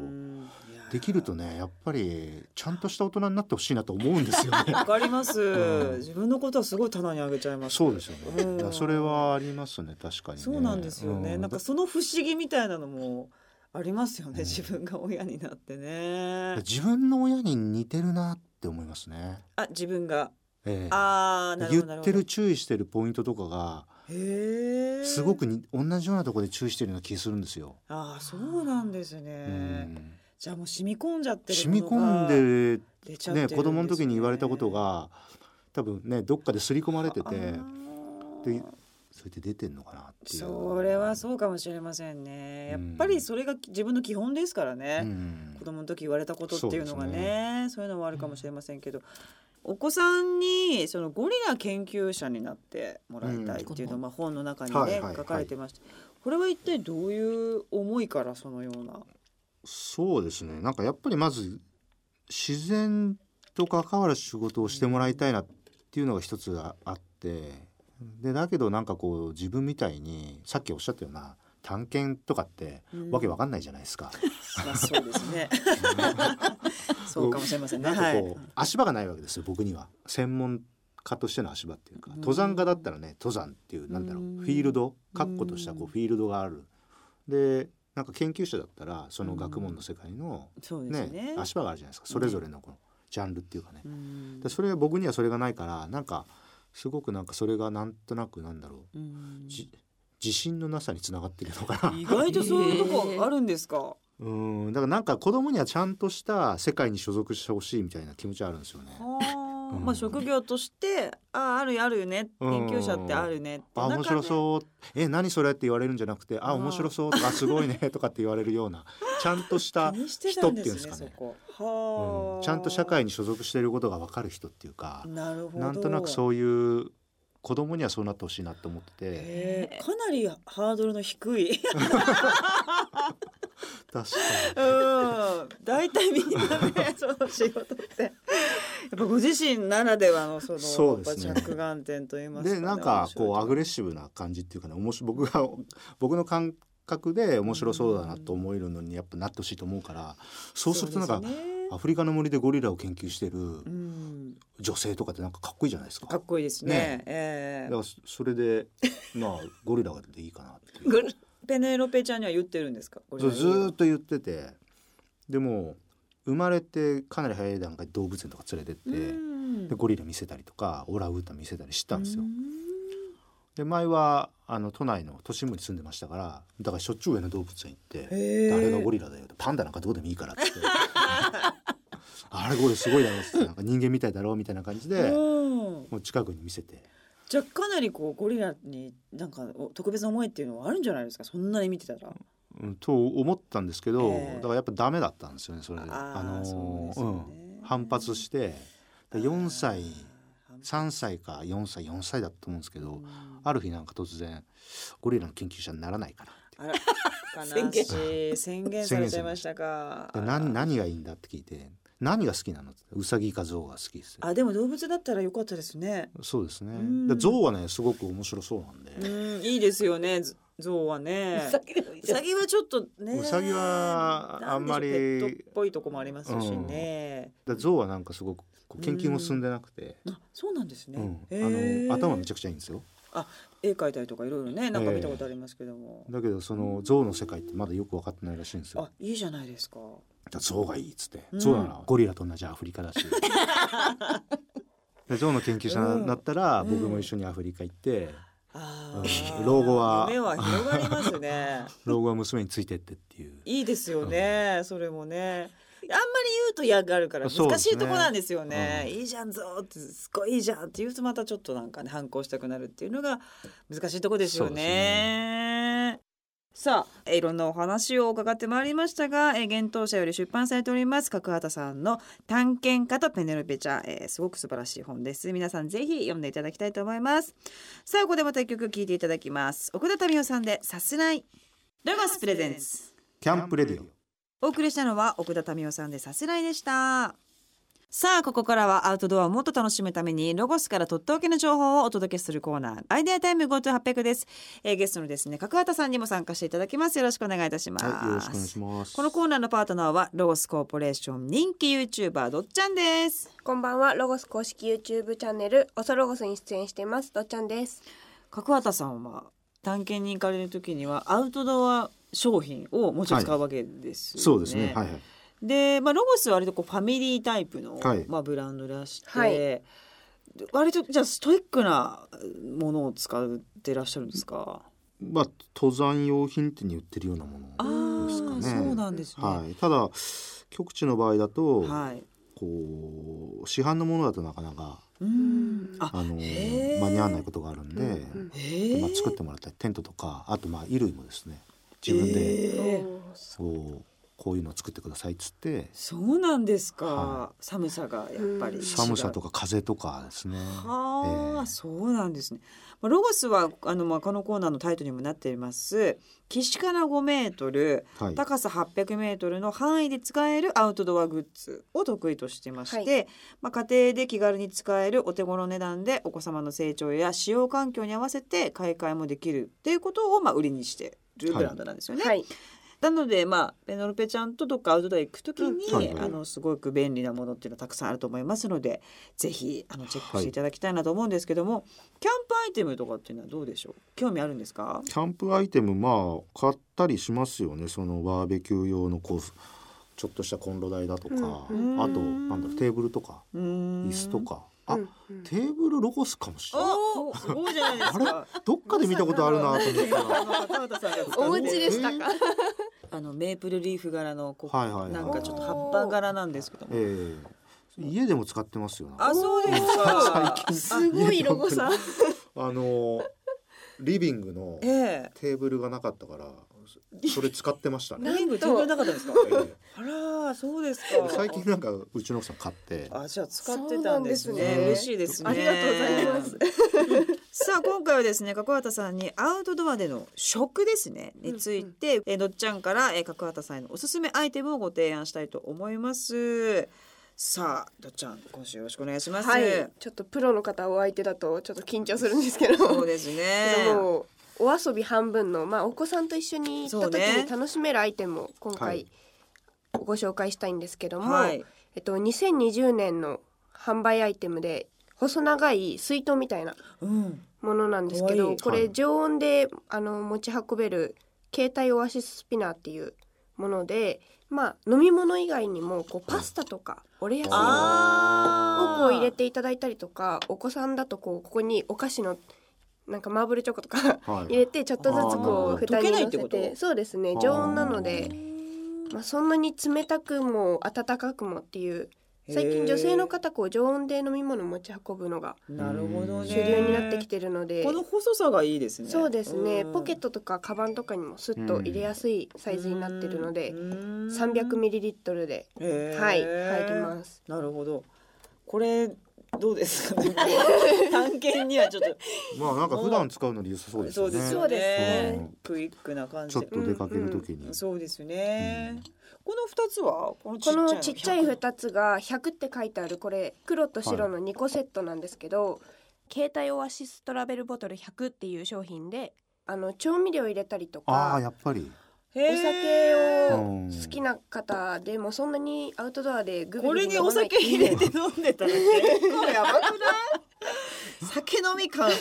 [SPEAKER 2] できると
[SPEAKER 1] ね
[SPEAKER 2] ねやっぱりちゃんとした大人になってほしいなと思うんですよ
[SPEAKER 1] (laughs)
[SPEAKER 2] ね。
[SPEAKER 1] わかります、
[SPEAKER 2] うん
[SPEAKER 1] 自分のことはすごい棚にあげちゃいます
[SPEAKER 2] そうですよね。
[SPEAKER 1] うん
[SPEAKER 2] だからそれはありますね確かに、ね。
[SPEAKER 1] そうなんですよね、
[SPEAKER 2] う
[SPEAKER 1] なんかその不思議みたいなのもありますよね、
[SPEAKER 2] うん
[SPEAKER 1] 自分が親になってね
[SPEAKER 2] 自分の親に似てるなって思いますね。
[SPEAKER 1] あ自分が
[SPEAKER 2] ええ
[SPEAKER 1] あーなる
[SPEAKER 2] 言
[SPEAKER 1] ほどなる
[SPEAKER 2] っ
[SPEAKER 1] ほ
[SPEAKER 2] て
[SPEAKER 1] ど
[SPEAKER 2] る注意してるポイントとかが
[SPEAKER 1] へえ
[SPEAKER 2] すごくに同じようなところで注意してるような気するんですよ。
[SPEAKER 1] ああそうなんですね、
[SPEAKER 2] うん
[SPEAKER 1] じゃあもう染み込んじゃってる
[SPEAKER 2] 染み込ん
[SPEAKER 1] る
[SPEAKER 2] で
[SPEAKER 1] 出ちゃってる
[SPEAKER 2] ね
[SPEAKER 1] んです
[SPEAKER 2] 子供の時に言われたことが多分ねどっかで刷り込まれて
[SPEAKER 1] あ
[SPEAKER 2] て
[SPEAKER 1] ー
[SPEAKER 2] でそれって出てんのかなっていう。
[SPEAKER 1] それはそうかもしれませんねやっぱりそれが自分の基本ですから
[SPEAKER 2] う
[SPEAKER 1] ね、
[SPEAKER 2] ん
[SPEAKER 1] 子供の時言われたことっていうのが
[SPEAKER 2] そうです
[SPEAKER 1] ねそういうのもあるかもしれませんけど、お子さんにそのゴリラ研究者になってもらいたいっていうのは、
[SPEAKER 3] うん
[SPEAKER 1] まあ、本の中にね、
[SPEAKER 2] はいはいはい
[SPEAKER 1] 書かれてましたこれは一体どういう思いからそのような
[SPEAKER 2] そうですねなんかやっぱりまず自然と関わる仕事をしてもらいたいなっていうのが一つああってでだけどなんかこう自分みたいにさっきおっしゃったような探検とかって
[SPEAKER 1] うん
[SPEAKER 2] わけわかんないじゃな
[SPEAKER 1] (laughs)
[SPEAKER 2] いですか。
[SPEAKER 1] まあそうです
[SPEAKER 2] (laughs)
[SPEAKER 1] ねそうかもしれませんね
[SPEAKER 2] なんか
[SPEAKER 1] はい
[SPEAKER 2] こう、足場がないわけですよ僕には専門家としての足場っていうか
[SPEAKER 1] うん
[SPEAKER 2] 登山家だったらね登山っていうなんだろう
[SPEAKER 1] うん
[SPEAKER 2] フィールド確固としたこ
[SPEAKER 1] う
[SPEAKER 2] うんフィールドがあるでなんか研究者だったらその学問の世界の
[SPEAKER 1] そうです
[SPEAKER 2] ね
[SPEAKER 1] ね
[SPEAKER 2] 足場があるじゃないですかそれぞれのこのジャンルっていうかね、
[SPEAKER 1] うん
[SPEAKER 2] でそれは僕にはそれがないからなんかすごくなんかそれがなんとなくなんだろ
[SPEAKER 1] うん
[SPEAKER 2] うじ自信のなさにつながってるのかな
[SPEAKER 1] 意外とそういうとこあるんですか。
[SPEAKER 2] (laughs) うんだからなんか子供にはちゃんとした世界に所属してほしいみたいな気持ちはあるんですよね。
[SPEAKER 1] あー
[SPEAKER 2] うん
[SPEAKER 1] まあ職業としてあーあるよあるよね研
[SPEAKER 2] うん
[SPEAKER 1] 究者ってあるねって
[SPEAKER 2] あ面白
[SPEAKER 1] う
[SPEAKER 2] そうえ何それって言われるんじゃなくてあ
[SPEAKER 1] うん
[SPEAKER 2] 面白そうとかすご
[SPEAKER 1] (laughs)
[SPEAKER 2] いねとかって言われるようなちゃんとした
[SPEAKER 1] 気にしてたん
[SPEAKER 2] 人っていうん
[SPEAKER 1] で
[SPEAKER 2] ですす
[SPEAKER 1] ね
[SPEAKER 2] か
[SPEAKER 1] そ
[SPEAKER 2] ね
[SPEAKER 1] こ。はあ、
[SPEAKER 2] うんちゃんと社会に所属していることが分かる人っていうか
[SPEAKER 1] なるほど
[SPEAKER 2] なんとなく
[SPEAKER 1] う。
[SPEAKER 2] そういう子供にはそうなってほしいなと思ってて。
[SPEAKER 1] えー、かなりハードルの低
[SPEAKER 2] (laughs)
[SPEAKER 1] い。
[SPEAKER 2] 確
[SPEAKER 1] う
[SPEAKER 2] か
[SPEAKER 1] ん。大体みんな
[SPEAKER 2] (laughs)
[SPEAKER 1] ね、その仕事って。やっぱご自身ならではのその
[SPEAKER 2] そうですね
[SPEAKER 1] やっぱ着眼点と言いま (laughs)
[SPEAKER 2] に。
[SPEAKER 1] すか、
[SPEAKER 2] で
[SPEAKER 1] ね。
[SPEAKER 2] なんかこうアグ
[SPEAKER 1] レ
[SPEAKER 2] レッシブな感じっていうかねおもし僕が (laughs) 僕の感覚で面白そうだなと思えるのにやっぱなってほしいと思うからそうするとなんか、アフリカの森でゴリラを研究してる
[SPEAKER 1] うん、
[SPEAKER 2] 女性とかってなんかかっこいいじゃないですか。
[SPEAKER 1] かっこいいですね。
[SPEAKER 2] ね
[SPEAKER 1] ええ
[SPEAKER 2] だからそそ
[SPEAKER 1] (laughs)
[SPEAKER 2] れでまあゴリラでいいかなっていう
[SPEAKER 3] ぐる
[SPEAKER 1] ペネロペちゃんには言ってるんですか。これ
[SPEAKER 2] そうずーっと言っててでも生まれてかなり早い段階で動物園とか連れてって、
[SPEAKER 1] うん
[SPEAKER 2] でゴリラ見せたりとかオランウータン見せたりしてたんですよ
[SPEAKER 1] う。
[SPEAKER 2] で前はあの都内の都心部に住んでましたからだからしょっちゅう上野動物園行って「
[SPEAKER 1] へえ
[SPEAKER 2] 誰がゴリラだよ」って「パンダなんかどうでもいいから」 (laughs) ってあれゴリラすごいだろ」っつってなんか人間みたいだろうみたいな感じで
[SPEAKER 1] うん
[SPEAKER 2] もう近くに見せて
[SPEAKER 1] じゃあかなりこうゴリラになんかお特別な思いっていうのはあるんじゃないですかそんなに見てたら。
[SPEAKER 2] うんと思ったんですけど、
[SPEAKER 1] ええ
[SPEAKER 2] だからやっぱダメだったんですよねそれで。
[SPEAKER 1] あー
[SPEAKER 2] のー
[SPEAKER 1] そうですよね
[SPEAKER 2] うん反発してだから4歳
[SPEAKER 1] あ
[SPEAKER 2] 3歳か4歳4歳だったと思うんですけど、
[SPEAKER 1] うん
[SPEAKER 2] ある日なんか突然ゴリラの研究者にならないからって
[SPEAKER 1] あら悲しい宣言されちゃいましたか
[SPEAKER 2] で何何がいいんだって聞いて何が好きなのってウサギかゾウが好きです
[SPEAKER 1] あでも動物だったらよかったです
[SPEAKER 2] (laughs)
[SPEAKER 1] ね
[SPEAKER 2] そうです
[SPEAKER 1] うん
[SPEAKER 2] ねでゾウはねすごく面白そうなんで、
[SPEAKER 1] うんいいですよねゾゾウはね
[SPEAKER 3] さっきの
[SPEAKER 1] ウサギはちょっとね
[SPEAKER 2] ウサギはあんまり
[SPEAKER 1] なんでしょうペットっぽいとこもありますしね、
[SPEAKER 2] でゾウはなんかすごくこう研究も進んでなくて、
[SPEAKER 1] あそうなんですね、
[SPEAKER 2] うん
[SPEAKER 1] へー
[SPEAKER 2] あの頭めちゃくちゃいいんですよ
[SPEAKER 1] 絵描いたりとかいろいろねなんか見たことありますけども、
[SPEAKER 2] だけどその象の世界ってまだよく分かってないらしいんですよ
[SPEAKER 1] あいいじゃないですか
[SPEAKER 2] だ象がいいっつって、
[SPEAKER 1] うん
[SPEAKER 2] 象ならゴリラと同じアフリカだしで象の研究者になったら、
[SPEAKER 1] うん
[SPEAKER 2] 僕も一緒にアフリカ行って
[SPEAKER 1] あ
[SPEAKER 2] う
[SPEAKER 1] ー
[SPEAKER 2] ん老後は
[SPEAKER 1] 夢は広がりますね
[SPEAKER 2] 老後は娘についてってっていう
[SPEAKER 1] いいですよね、それもねあんまり言うと嫌がるから
[SPEAKER 2] そう
[SPEAKER 1] 難
[SPEAKER 2] で
[SPEAKER 1] し
[SPEAKER 2] すね
[SPEAKER 1] いとこなんですよね
[SPEAKER 2] うん
[SPEAKER 1] いいじゃんぞーってすごいいいじゃんって言うとまたちょっとなんかね反抗したくなるっていうのが難しいとこですよ
[SPEAKER 2] そう
[SPEAKER 1] ね
[SPEAKER 2] です
[SPEAKER 1] さあえーいろんなお話を伺ってまいりましたが、えー、幻冬舎より出版されております角畑さんの「探検家とペネロペちゃん」えーすごく素晴らしい本です皆さんぜひ読んでいただきたいと思いますさあここでまた一曲聴いていただきます奥田民生さんで「さすらい」ロゴスプレゼンツ
[SPEAKER 2] キャンプレディオ
[SPEAKER 1] お送りしたのは奥田民生さんでさすらいでしたさあここからはアウトドアをもっと楽しむためにロゴスからとっておきの情報をお届けするコーナーアイデアタイム GoTo800 です、えーゲストのですね角畑さんにも参加していただきますよろしくお願いいたします、
[SPEAKER 2] はいよろしくお願いします
[SPEAKER 1] このコーナーのパートナーはロゴスコーポレーション人気 YouTuber どっちゃんです
[SPEAKER 4] こんばんは、ロゴス公式 YouTube チャンネル、おそロゴスに出演しています、どっちゃんです。
[SPEAKER 1] 角畑さんは探検に行かれる時にはアウトドア商品をもちろん使うわけですよね、
[SPEAKER 2] そうですねはいはい
[SPEAKER 1] で、まあ、ロゴスは割とこうファミリータイプの、
[SPEAKER 2] はい
[SPEAKER 1] まあ、ブランドらして、
[SPEAKER 4] はい
[SPEAKER 1] で割とじゃあストイックなものを使ってらっしゃるんですか
[SPEAKER 2] まあ登山用品店に売ってるようなもの
[SPEAKER 1] ああー、
[SPEAKER 2] ですかね
[SPEAKER 1] そうなんですねは
[SPEAKER 2] はいただ極地の場合だと、
[SPEAKER 1] い、
[SPEAKER 2] こう市販のものだとなかなか
[SPEAKER 1] うんあ
[SPEAKER 2] あの
[SPEAKER 1] へー
[SPEAKER 2] 間に合わないことがあるんで、
[SPEAKER 4] うん
[SPEAKER 1] へ
[SPEAKER 2] で
[SPEAKER 1] え
[SPEAKER 2] まあ、作ってもらったりテントとかあとまあ衣類もですね自分で、
[SPEAKER 1] へー
[SPEAKER 2] そうこういうのを作ってくださいっつって
[SPEAKER 1] そうなんですか、
[SPEAKER 2] は
[SPEAKER 1] 寒さがやっぱり
[SPEAKER 4] うん
[SPEAKER 2] 寒さと
[SPEAKER 1] か
[SPEAKER 2] か風とかですね。
[SPEAKER 1] はあ、
[SPEAKER 2] ええ
[SPEAKER 1] そうなんですね、まあ、ロゴスはあの、まあ、このコーナーのタイトルにもなっています岸から5メートル
[SPEAKER 2] はい、
[SPEAKER 1] 高さ800メートルの範囲で使えるアウトドアグッズを得意としてまして、まあ、家庭で気軽に使えるお手頃値段でお子様の成長や使用環境に合わせて買い替えもできるっていうことをまあ売りにしてるブランドなんですよね。
[SPEAKER 4] はい、
[SPEAKER 1] なのでまあペノルペちゃんとどっかアウトドア行くときに、
[SPEAKER 2] うんはいはい
[SPEAKER 1] あのすごく便利なものっていうのはたくさんあると思いますのでぜひあのチェックしていただきたいなと思うんですけども、キャンプアイテムとかっていうのはどうでしょう興味あるんですか
[SPEAKER 2] キャンプアイテムまあ買ったりしますよねそのバーベキュー用のこうちょっとしたコンロ台だとか、
[SPEAKER 1] うん
[SPEAKER 2] あとなんだろうテーブルとか
[SPEAKER 1] 椅
[SPEAKER 2] 椅子とか、
[SPEAKER 4] う
[SPEAKER 2] あ、
[SPEAKER 4] んうん
[SPEAKER 2] テーブルロゴスかもしれない
[SPEAKER 1] おおすごいじゃないですか。
[SPEAKER 2] どっかで見
[SPEAKER 1] (laughs)
[SPEAKER 2] たことあるなと思ったら。
[SPEAKER 4] お
[SPEAKER 1] お家
[SPEAKER 4] 家でしたか。
[SPEAKER 1] あのメープルリーフ柄のこう、
[SPEAKER 2] はいはいはい
[SPEAKER 1] なんかちょっと葉っぱ柄なんですけども。
[SPEAKER 2] ええ家でも使ってますよな
[SPEAKER 1] あそうですか。
[SPEAKER 4] すごいロゴさん。
[SPEAKER 2] あのリビングの
[SPEAKER 1] ええ。
[SPEAKER 2] テーブルがなかったからそそれ使ってましたね。
[SPEAKER 1] リング
[SPEAKER 4] と
[SPEAKER 1] 自分なかったですか。
[SPEAKER 2] え
[SPEAKER 1] あらそうですか
[SPEAKER 2] え。最近なんかうちの奥さん買って
[SPEAKER 1] あじゃあ使ってたんですね
[SPEAKER 4] そうなんですね
[SPEAKER 1] 嬉しいですね
[SPEAKER 4] ありがとうございます
[SPEAKER 1] (laughs) さあ今回はですね角畑さんにアウトドアでの食ですねについて、えーのっちゃんから、えー、角畑さんへのおすすめアイテムをご提案したいと思いますさあどっちゃん今週よろしくお願いします、
[SPEAKER 4] はい、ちょっとプロの方お相手だと、ちょっと緊張するんですけど。
[SPEAKER 1] そうですね
[SPEAKER 4] でもお遊び半分の、まあ、お子さんと一緒に行った時
[SPEAKER 1] そうね
[SPEAKER 4] に楽しめるアイテムを今回、
[SPEAKER 2] はい
[SPEAKER 4] ご紹介したいんですけども、
[SPEAKER 1] はい
[SPEAKER 4] えっと、2020年の販売アイテムで細長い水筒みたいな
[SPEAKER 1] うん
[SPEAKER 4] ものなんです
[SPEAKER 1] かわ
[SPEAKER 4] け
[SPEAKER 1] い
[SPEAKER 4] ど
[SPEAKER 1] い
[SPEAKER 4] こ
[SPEAKER 2] は
[SPEAKER 4] れ
[SPEAKER 2] い
[SPEAKER 4] 常温であの持ち運べる携帯オアシススピナーっていうもので、まあ、飲み物以外にもこうパスタとかおれやすいもの
[SPEAKER 1] あ
[SPEAKER 4] をこう入れていただいたりとかお子さんだとこうここにお菓子のなんかマーブルチョコとか (laughs)
[SPEAKER 2] はい
[SPEAKER 4] 入れてちょっとずつこ
[SPEAKER 2] あー
[SPEAKER 4] う蓋に
[SPEAKER 1] 溶けないっ
[SPEAKER 4] 乗
[SPEAKER 1] て
[SPEAKER 4] せ
[SPEAKER 1] こと
[SPEAKER 4] てそうですね
[SPEAKER 2] あー
[SPEAKER 4] 常温なので、まあ、そんなに冷たくも温かくもっていう最近女性の方こう常温で飲み物持ち運ぶのが
[SPEAKER 1] なるほどね
[SPEAKER 4] 主流になってきてるので
[SPEAKER 1] この細さがいいですね
[SPEAKER 4] そうですね
[SPEAKER 1] ん
[SPEAKER 4] ポケットとかカバンとかにもスッと入れやすいサイズになってるので
[SPEAKER 1] うん
[SPEAKER 4] 300ml で
[SPEAKER 1] へー
[SPEAKER 4] はい入ります。
[SPEAKER 1] なるほどこれどうですか。
[SPEAKER 4] (laughs)
[SPEAKER 1] 探検にはちょっと
[SPEAKER 2] まあなんか普段使うのに良さそうです
[SPEAKER 1] そ
[SPEAKER 2] よ
[SPEAKER 1] う
[SPEAKER 2] ね
[SPEAKER 1] です
[SPEAKER 4] そ
[SPEAKER 1] よ
[SPEAKER 4] うです
[SPEAKER 1] ね
[SPEAKER 2] ね。
[SPEAKER 1] クイックな感
[SPEAKER 2] ちょ
[SPEAKER 1] じ
[SPEAKER 2] っ
[SPEAKER 1] で。
[SPEAKER 2] と出かけるときに、
[SPEAKER 1] そうですね
[SPEAKER 2] うん。
[SPEAKER 1] この二つはこ
[SPEAKER 4] こ
[SPEAKER 1] のち
[SPEAKER 4] のち
[SPEAKER 1] っ
[SPEAKER 4] っ
[SPEAKER 1] ち
[SPEAKER 4] ち
[SPEAKER 1] ゃ
[SPEAKER 4] ゃ
[SPEAKER 1] い
[SPEAKER 4] い
[SPEAKER 1] の
[SPEAKER 4] 2つが100って書いてあるこれ黒と白の2個セットなんですけど、携帯オアシストラベルボトル100っていう商品であの調味料入れたりと
[SPEAKER 2] ああ
[SPEAKER 4] か
[SPEAKER 2] やっぱり
[SPEAKER 4] お酒
[SPEAKER 2] う
[SPEAKER 4] を
[SPEAKER 2] ん
[SPEAKER 4] 好きな方でもそんなにアウトドアでグ
[SPEAKER 1] こ
[SPEAKER 4] ビグ
[SPEAKER 1] れ
[SPEAKER 4] ビ
[SPEAKER 1] に
[SPEAKER 4] 飲
[SPEAKER 1] お
[SPEAKER 4] まない
[SPEAKER 1] 酒入れて飲んでたら結構やばくない (laughs) 酒飲み感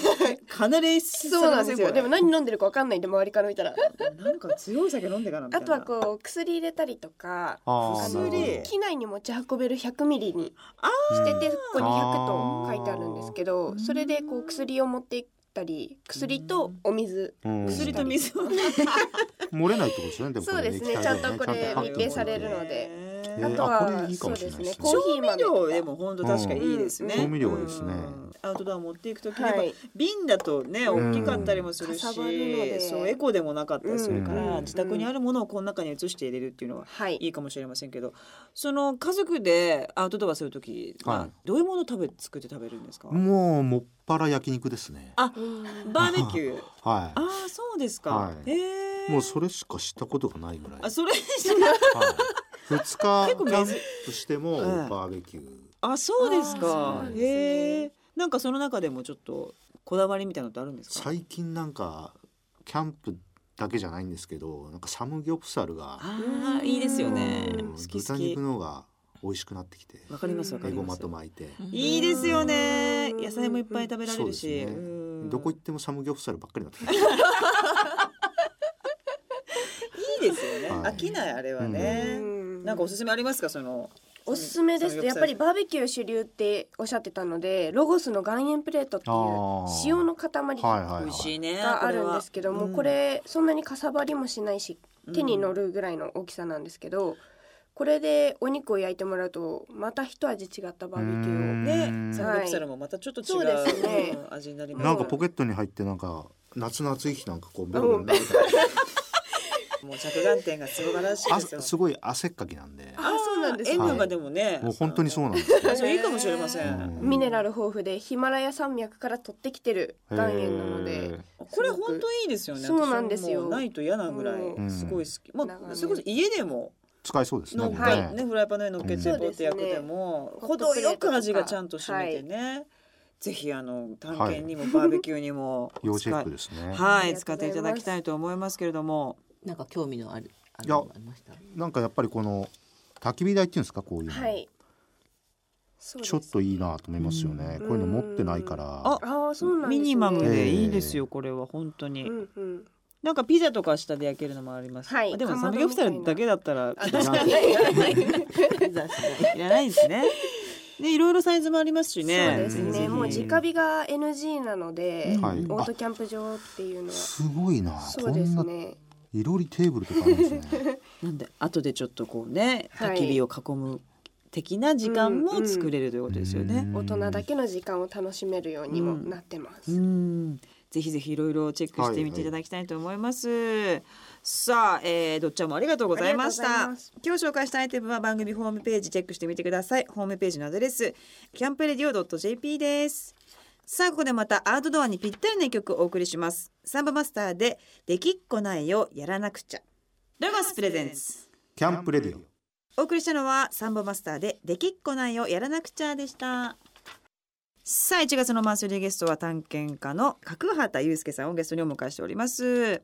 [SPEAKER 1] かなり演出
[SPEAKER 4] そうなんですよでも
[SPEAKER 1] な
[SPEAKER 4] 何飲んでるかわかんないんで周りから見たら
[SPEAKER 1] なんか強い酒飲んでからみたい
[SPEAKER 4] あ
[SPEAKER 1] な
[SPEAKER 4] とはこう薬入れたりとか
[SPEAKER 2] あ
[SPEAKER 4] あ
[SPEAKER 2] ー
[SPEAKER 4] の
[SPEAKER 2] なるほど
[SPEAKER 1] 薬
[SPEAKER 4] 機内に持ち運べる100ミリに
[SPEAKER 2] う
[SPEAKER 4] して
[SPEAKER 2] ん
[SPEAKER 4] てここに100と書いてあるんですけ
[SPEAKER 1] う
[SPEAKER 4] ど
[SPEAKER 1] ん
[SPEAKER 4] それでこう薬を持っていったり薬とお水
[SPEAKER 2] うん
[SPEAKER 1] 薬と水を
[SPEAKER 2] 漏れないってことですよね。でもこれ
[SPEAKER 4] そうですね
[SPEAKER 2] 液体だ
[SPEAKER 4] ちゃんとこれ
[SPEAKER 2] ちゃんとパックに
[SPEAKER 4] 密閉されるので
[SPEAKER 2] え
[SPEAKER 4] あ
[SPEAKER 2] ー
[SPEAKER 4] と
[SPEAKER 2] あこ
[SPEAKER 4] は
[SPEAKER 2] れいいか
[SPEAKER 4] そう
[SPEAKER 2] もしれ
[SPEAKER 4] で
[SPEAKER 2] ないで
[SPEAKER 4] す
[SPEAKER 2] すね
[SPEAKER 4] ねコー
[SPEAKER 1] 調
[SPEAKER 4] ヒー
[SPEAKER 1] 味
[SPEAKER 4] 豆
[SPEAKER 1] 料で
[SPEAKER 4] とか
[SPEAKER 1] も本当確かにいいですね
[SPEAKER 4] うん
[SPEAKER 2] 調味料がいいですね
[SPEAKER 1] うんアウトドア持っていくときに
[SPEAKER 4] はい
[SPEAKER 1] 瓶だとね
[SPEAKER 2] う
[SPEAKER 1] 大
[SPEAKER 2] ん
[SPEAKER 1] きかったりもするし
[SPEAKER 4] かさばるので
[SPEAKER 1] そうエコでもなかったりするか
[SPEAKER 2] うん
[SPEAKER 1] ら自宅にあるものをこの中に移して入れるっていうのは
[SPEAKER 4] はい
[SPEAKER 1] いいかもしれませんけどその家族でアウトドアするときは、
[SPEAKER 2] はい
[SPEAKER 1] どういうものを食べ作って食べるんですか、
[SPEAKER 2] もうもっぱら焼肉ですね。
[SPEAKER 1] バーベキュー
[SPEAKER 2] (laughs) は
[SPEAKER 1] ああそうですか、
[SPEAKER 2] はい
[SPEAKER 1] へえ
[SPEAKER 2] い。もうそれしかしたことがないぐらい。は
[SPEAKER 1] あ
[SPEAKER 2] い。
[SPEAKER 1] それ
[SPEAKER 2] 二日キャ
[SPEAKER 1] 構珍
[SPEAKER 2] ンプしても
[SPEAKER 1] うん
[SPEAKER 2] バーベキュー。
[SPEAKER 1] あそうですか
[SPEAKER 2] あーそうなんです
[SPEAKER 4] ね
[SPEAKER 1] へえなんかその中でもちょっとこだわりみたいなのってあるんですか
[SPEAKER 2] 最近なんかキャンプだけじゃないんですけど、なんかサムギョプサルが
[SPEAKER 1] ああいいですよね
[SPEAKER 2] う
[SPEAKER 1] 好
[SPEAKER 2] ん
[SPEAKER 1] き
[SPEAKER 2] 豚
[SPEAKER 1] 好き
[SPEAKER 2] 肉の方が美味しくなってきて、
[SPEAKER 1] わかりますわか
[SPEAKER 2] エ
[SPEAKER 1] り
[SPEAKER 2] ゴ
[SPEAKER 1] ま
[SPEAKER 2] マ
[SPEAKER 1] す
[SPEAKER 2] と巻いて。
[SPEAKER 1] いいですよね
[SPEAKER 4] うん
[SPEAKER 1] 野菜もいっぱい食べられる
[SPEAKER 2] そうで
[SPEAKER 1] し
[SPEAKER 2] すね
[SPEAKER 1] うん
[SPEAKER 2] どこ行ってもサムギョプサルばっかりになってきた。
[SPEAKER 1] いいですよね
[SPEAKER 2] はい
[SPEAKER 1] 飽きないあれは
[SPEAKER 4] う
[SPEAKER 1] ね
[SPEAKER 4] ん
[SPEAKER 1] なんかおすすめありますかその
[SPEAKER 4] おすすめですとやっぱり
[SPEAKER 1] バ
[SPEAKER 4] バーベキュー主流っておっしゃってたのでロゴスの岩塩プレートってい
[SPEAKER 2] あ
[SPEAKER 4] う
[SPEAKER 2] ー
[SPEAKER 4] 塩の塊
[SPEAKER 1] (laughs)
[SPEAKER 2] はいはいはい。
[SPEAKER 1] 美味しいね
[SPEAKER 4] があるんですけどもこれそんなにかさばりもしないし手に乗
[SPEAKER 1] る
[SPEAKER 4] るぐらいの大きさなんですけどこれでお肉を焼いてもらうとまた一味違ったバーベキューを
[SPEAKER 1] ね
[SPEAKER 2] うん
[SPEAKER 1] サムギョプサルもまたちょっと違
[SPEAKER 4] そうですね
[SPEAKER 1] ううん味になります
[SPEAKER 2] なんかポケットに入ってなんか夏の暑い日なんかこうベロベロ舐めたり
[SPEAKER 1] もう着眼点が素晴らしい
[SPEAKER 2] あ
[SPEAKER 1] ですよ
[SPEAKER 2] すごい汗っかきなんで
[SPEAKER 4] あそうなんですね
[SPEAKER 1] 塩分がでもね
[SPEAKER 2] もう本当にそうなんですよ
[SPEAKER 1] あそういいかもしれませ
[SPEAKER 2] うんん
[SPEAKER 4] ミネラル豊富でヒマラヤ山脈から取ってきてる岩塩なの
[SPEAKER 2] へ
[SPEAKER 4] で
[SPEAKER 2] ー
[SPEAKER 1] これ本当いいですよね。
[SPEAKER 4] そうなんですよ
[SPEAKER 1] 私もうないと嫌なぐら
[SPEAKER 4] う
[SPEAKER 1] い
[SPEAKER 2] ん
[SPEAKER 1] すごい好き。ま
[SPEAKER 4] 長
[SPEAKER 1] あ
[SPEAKER 4] 年
[SPEAKER 1] それこそ家でも
[SPEAKER 2] 使えそうですね
[SPEAKER 1] の
[SPEAKER 2] こ
[SPEAKER 1] は
[SPEAKER 2] れ
[SPEAKER 1] いねフライパンの上に乗っけて
[SPEAKER 2] うん
[SPEAKER 1] ポって焼くでも
[SPEAKER 4] そうですね
[SPEAKER 1] 程よく味がちゃんと染みてね。ぜひあの探検にもバーベキューにも
[SPEAKER 2] 要チ
[SPEAKER 1] 使
[SPEAKER 2] ェ
[SPEAKER 1] い
[SPEAKER 2] ックですね
[SPEAKER 1] は
[SPEAKER 4] あり
[SPEAKER 1] い
[SPEAKER 4] がとうございます
[SPEAKER 1] 使っていただきたいと思いますけれども。
[SPEAKER 3] なんか興味のあるあの
[SPEAKER 2] いや
[SPEAKER 3] ありました。
[SPEAKER 2] なんかやっぱりこの焚き火台っていうんですかこういうの、
[SPEAKER 4] はいそうで
[SPEAKER 2] ち
[SPEAKER 4] す
[SPEAKER 2] ょっといいなと思いますよね
[SPEAKER 4] うん
[SPEAKER 2] こういうの持ってないから
[SPEAKER 1] あ
[SPEAKER 4] ああそうなんで
[SPEAKER 1] ミ
[SPEAKER 4] すね
[SPEAKER 1] ニマムでいいです
[SPEAKER 2] え
[SPEAKER 1] よこれは本当に
[SPEAKER 4] う。んうん
[SPEAKER 1] なんかピザとか下で焼けるのもあります。
[SPEAKER 4] はい
[SPEAKER 1] あでもサムギョプサルだけだったら
[SPEAKER 4] あ
[SPEAKER 2] いら
[SPEAKER 4] 確
[SPEAKER 2] ん
[SPEAKER 4] かに
[SPEAKER 3] 雑誌で
[SPEAKER 1] いらないですね。ねいろいろサイズもありますしね。
[SPEAKER 4] そうです
[SPEAKER 1] ぜひぜ
[SPEAKER 4] ね
[SPEAKER 1] ひ
[SPEAKER 4] もう直火が NG なので、
[SPEAKER 2] はい
[SPEAKER 4] オートキャンプ場っていうのは
[SPEAKER 2] すごいな
[SPEAKER 4] そ
[SPEAKER 2] こ
[SPEAKER 4] うです
[SPEAKER 2] んな
[SPEAKER 4] ね
[SPEAKER 2] いろりテーブルとかあるん
[SPEAKER 1] (laughs)
[SPEAKER 2] ですね
[SPEAKER 1] なんで後でちょっとこうね
[SPEAKER 4] は
[SPEAKER 1] 焚
[SPEAKER 4] い
[SPEAKER 1] き火を囲む的な時間も作れるということですよね。
[SPEAKER 4] 大人だけの時間を楽しめるようにもなってます、
[SPEAKER 1] うんぜひぜひいろいろチェックしてみていただきたいと思います。さあ、えー、どっちゃんもありがとうございまし
[SPEAKER 4] ありが
[SPEAKER 1] た
[SPEAKER 4] とうございます
[SPEAKER 1] 今日紹介したアイテムは番組ホームページチェックしてみてください。ホームページのアドレスキャンプレディオドット JP です。さあここでまたアウトドアにぴったりな曲をお送りします。サンバマスターでできっこないをやらなくちゃ。ロゴスプレゼンツ。
[SPEAKER 2] キャンプレディオ
[SPEAKER 1] お送りしたのはサンボマスターでできっこないをやらなくちゃでしたさあ1月のマンスリーゲストは探検家の角畑祐介さんをゲストにお迎えしております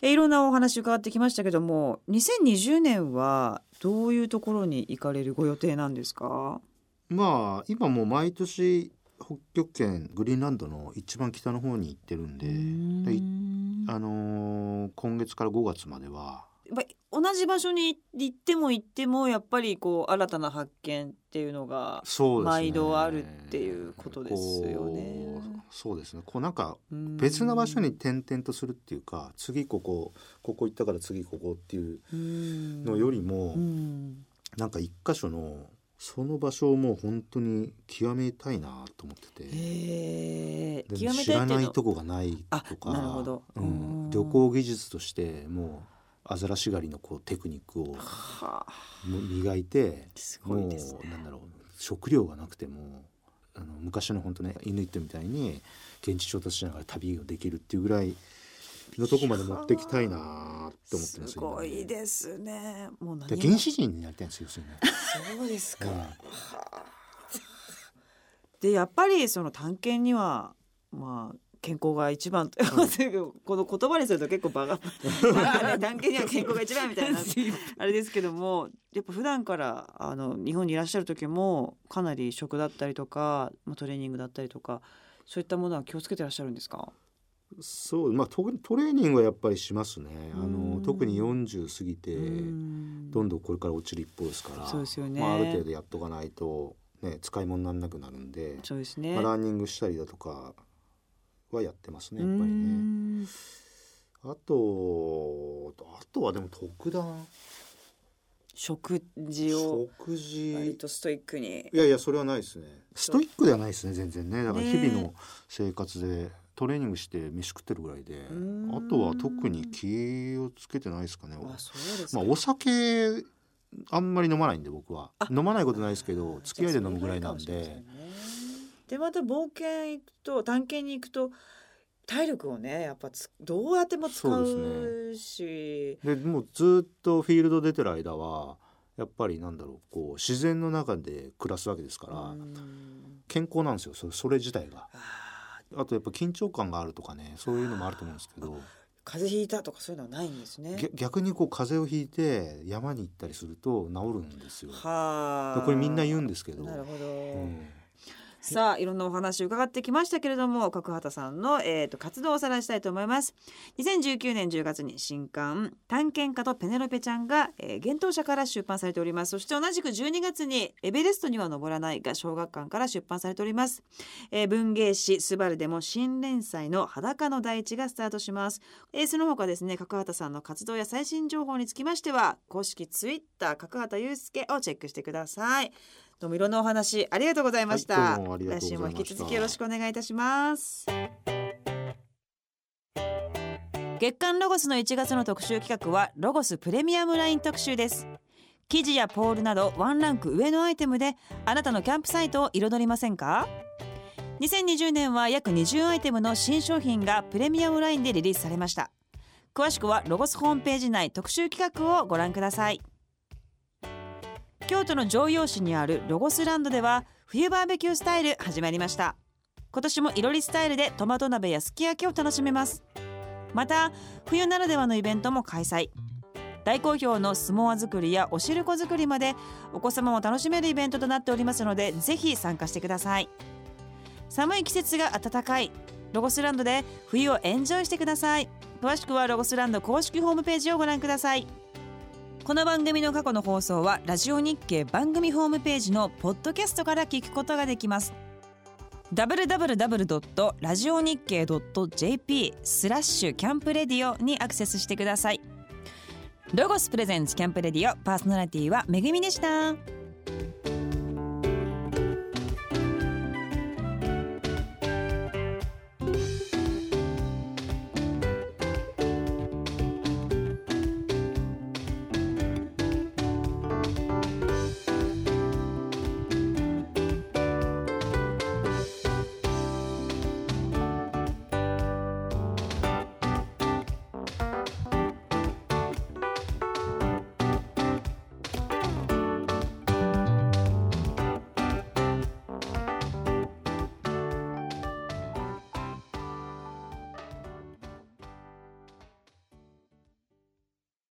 [SPEAKER 1] えいろんなお話伺ってきましたけども2020年はどういうところに行かれるご予定なんですか
[SPEAKER 2] まあ今もう毎年北極圏グリーンランドの一番北の方に行ってるんででいあのー今月から5月までは
[SPEAKER 1] やっぱり同じ場所に行っても行ってもやっぱりこう新たな発見っていうのが
[SPEAKER 2] そうですね
[SPEAKER 1] 毎度あるっていうことですよね
[SPEAKER 2] こうそうですねこうなんか
[SPEAKER 1] うん
[SPEAKER 2] 別の場所に転々とするっていうか次ここここ行ったから次ここっていう
[SPEAKER 1] うん
[SPEAKER 2] のよりも、
[SPEAKER 1] うん
[SPEAKER 2] なんか一箇所のその場所をもう本当に極めたいなと思ってて。
[SPEAKER 1] へえ
[SPEAKER 2] で
[SPEAKER 1] 極め
[SPEAKER 2] 知
[SPEAKER 1] たい
[SPEAKER 2] ら
[SPEAKER 1] って
[SPEAKER 2] な
[SPEAKER 1] いう
[SPEAKER 2] い
[SPEAKER 1] の
[SPEAKER 2] とこがない
[SPEAKER 1] あ
[SPEAKER 2] とか
[SPEAKER 1] なるほど
[SPEAKER 2] うん
[SPEAKER 1] うん
[SPEAKER 2] 旅行技術としてもうアザラシ狩りのこうテクニックをも
[SPEAKER 1] はあ
[SPEAKER 2] う磨いて
[SPEAKER 1] すご
[SPEAKER 2] も
[SPEAKER 1] いうですね
[SPEAKER 2] なんだろう食料がなくてもあの昔の本当ねイヌイットみたいに現地調達しながら旅をできるっていうぐらいのとこまで持ってきたいなって思ってます
[SPEAKER 1] すごい
[SPEAKER 2] 今ね
[SPEAKER 1] ですね。もう何
[SPEAKER 2] だから
[SPEAKER 1] も
[SPEAKER 2] 原始人になりたいんですよ要するにね
[SPEAKER 3] そうですか。
[SPEAKER 1] でやっぱりその探検にはまあ健康が一番と、この言葉にすると結構バカな
[SPEAKER 2] (laughs)
[SPEAKER 1] んかね探検には健康が一番みたいなあれですけどもやっぱ普段からあの日本にいらっしゃる時もかなり食だったりとか、まあ、トレーニングだったりとかそういったものは気をつけてらっしゃるんですか
[SPEAKER 2] そうまあトトレーニングはやっぱりしますねあ
[SPEAKER 1] う
[SPEAKER 2] の
[SPEAKER 1] ん
[SPEAKER 2] 特に40過ぎて
[SPEAKER 1] うん
[SPEAKER 2] どんどんこれから落ちる一方ですから
[SPEAKER 1] そうですよね
[SPEAKER 2] まあ、ある程度やっとかないと、ね、使い物にならなくなるんで、
[SPEAKER 1] そうですね。
[SPEAKER 2] まあ、ランニングしたりだとかはやってますねやっぱり
[SPEAKER 1] う
[SPEAKER 2] ね。
[SPEAKER 1] ん
[SPEAKER 2] あとあとはでも特段
[SPEAKER 1] 食事を
[SPEAKER 2] 食
[SPEAKER 1] 割
[SPEAKER 2] 事
[SPEAKER 1] とストイックに
[SPEAKER 2] いやいやそれはないですねストイックではないですね全然ねだから日々の生活でトレーニングして飯食ってるぐらいで
[SPEAKER 1] ーん
[SPEAKER 2] あとは特に気をつけてないですかね
[SPEAKER 1] あそうです
[SPEAKER 2] ま
[SPEAKER 1] か
[SPEAKER 2] あ、お酒あんまり飲まないんで僕は
[SPEAKER 1] あ
[SPEAKER 2] 飲まないことないですけど
[SPEAKER 1] あー
[SPEAKER 2] 付き合いで飲むぐらいなん
[SPEAKER 1] じゃあそれ
[SPEAKER 2] で
[SPEAKER 1] ぐらいかもしれませんねでまた冒険行くと探検に行くと体力をねやっぱつどうやっても使
[SPEAKER 2] そう
[SPEAKER 1] うし
[SPEAKER 2] でもうずっとフィールド出てる間はやっぱりなんだろうこう自然の中で暮らすわけですか
[SPEAKER 1] う
[SPEAKER 2] ら
[SPEAKER 1] ん
[SPEAKER 2] 健康なんですよそれそれ自体が
[SPEAKER 1] あー
[SPEAKER 2] あとやっぱ緊張感があるとかねそういうのもあると思うんですけど
[SPEAKER 1] 風邪ひいたとかそういうのはないんですね
[SPEAKER 2] ぎゃ逆にこう風邪をひいて山に行ったりすると治るんですよ
[SPEAKER 1] はあ
[SPEAKER 2] これみんな言うんですけど
[SPEAKER 1] なるほど、
[SPEAKER 2] うん
[SPEAKER 1] さあいろんなお話伺ってきましたけれども角畑さんの、えー、と活動をおさらいしたいと思います2019年10月に新刊探検家とペネロペちゃんが、えー、幻冬舎から出版されておりますそして同じく12月にエベレストには登らないが小学館から出版されております、えー文芸誌スバルでも新連載の裸の大地がスタートします、えーその他ですね角畑さんの活動や最新情報につきましては公式ツイッター角畑祐介をチェックしてくださいどうもいろんなお話ありがとうございました、
[SPEAKER 2] はいどうもありがとうございま
[SPEAKER 1] 来週も
[SPEAKER 2] した
[SPEAKER 1] 引き続きよろしくお願いいたします月刊ロゴスの1月の特集企画はロゴスプレミアムライン特集です記事やポールなどワンランク上のアイテムであなたのキャンプサイトを彩りませんか2020年は約20アイテムの新商品がプレミアムラインでリリースされました詳しくはロゴスホームページ内特集企画をご覧ください京都の城陽市にあるロゴスランドでは冬バーベキュースタイル始まりました今年もいろりスタイルでトマト鍋やすき焼きを楽しめますまた冬ならではのイベントも開催大好評のスモア作りやおしるこ作りまでお子様も楽しめるイベントとなっておりますのでぜひ参加してください寒い季節が暖かいロゴスランドで冬をエンジョイしてください詳しくはロゴスランド公式ホームページをご覧くださいこの番組の過去の放送はラジオ日経番組ホームページのポッドキャストから聞くことができます www.radionickei.jp スラッシュキャンプレディオにアクセスしてくださいロゴスプレゼンツキャンプレディオパーソナリティはめぐみでした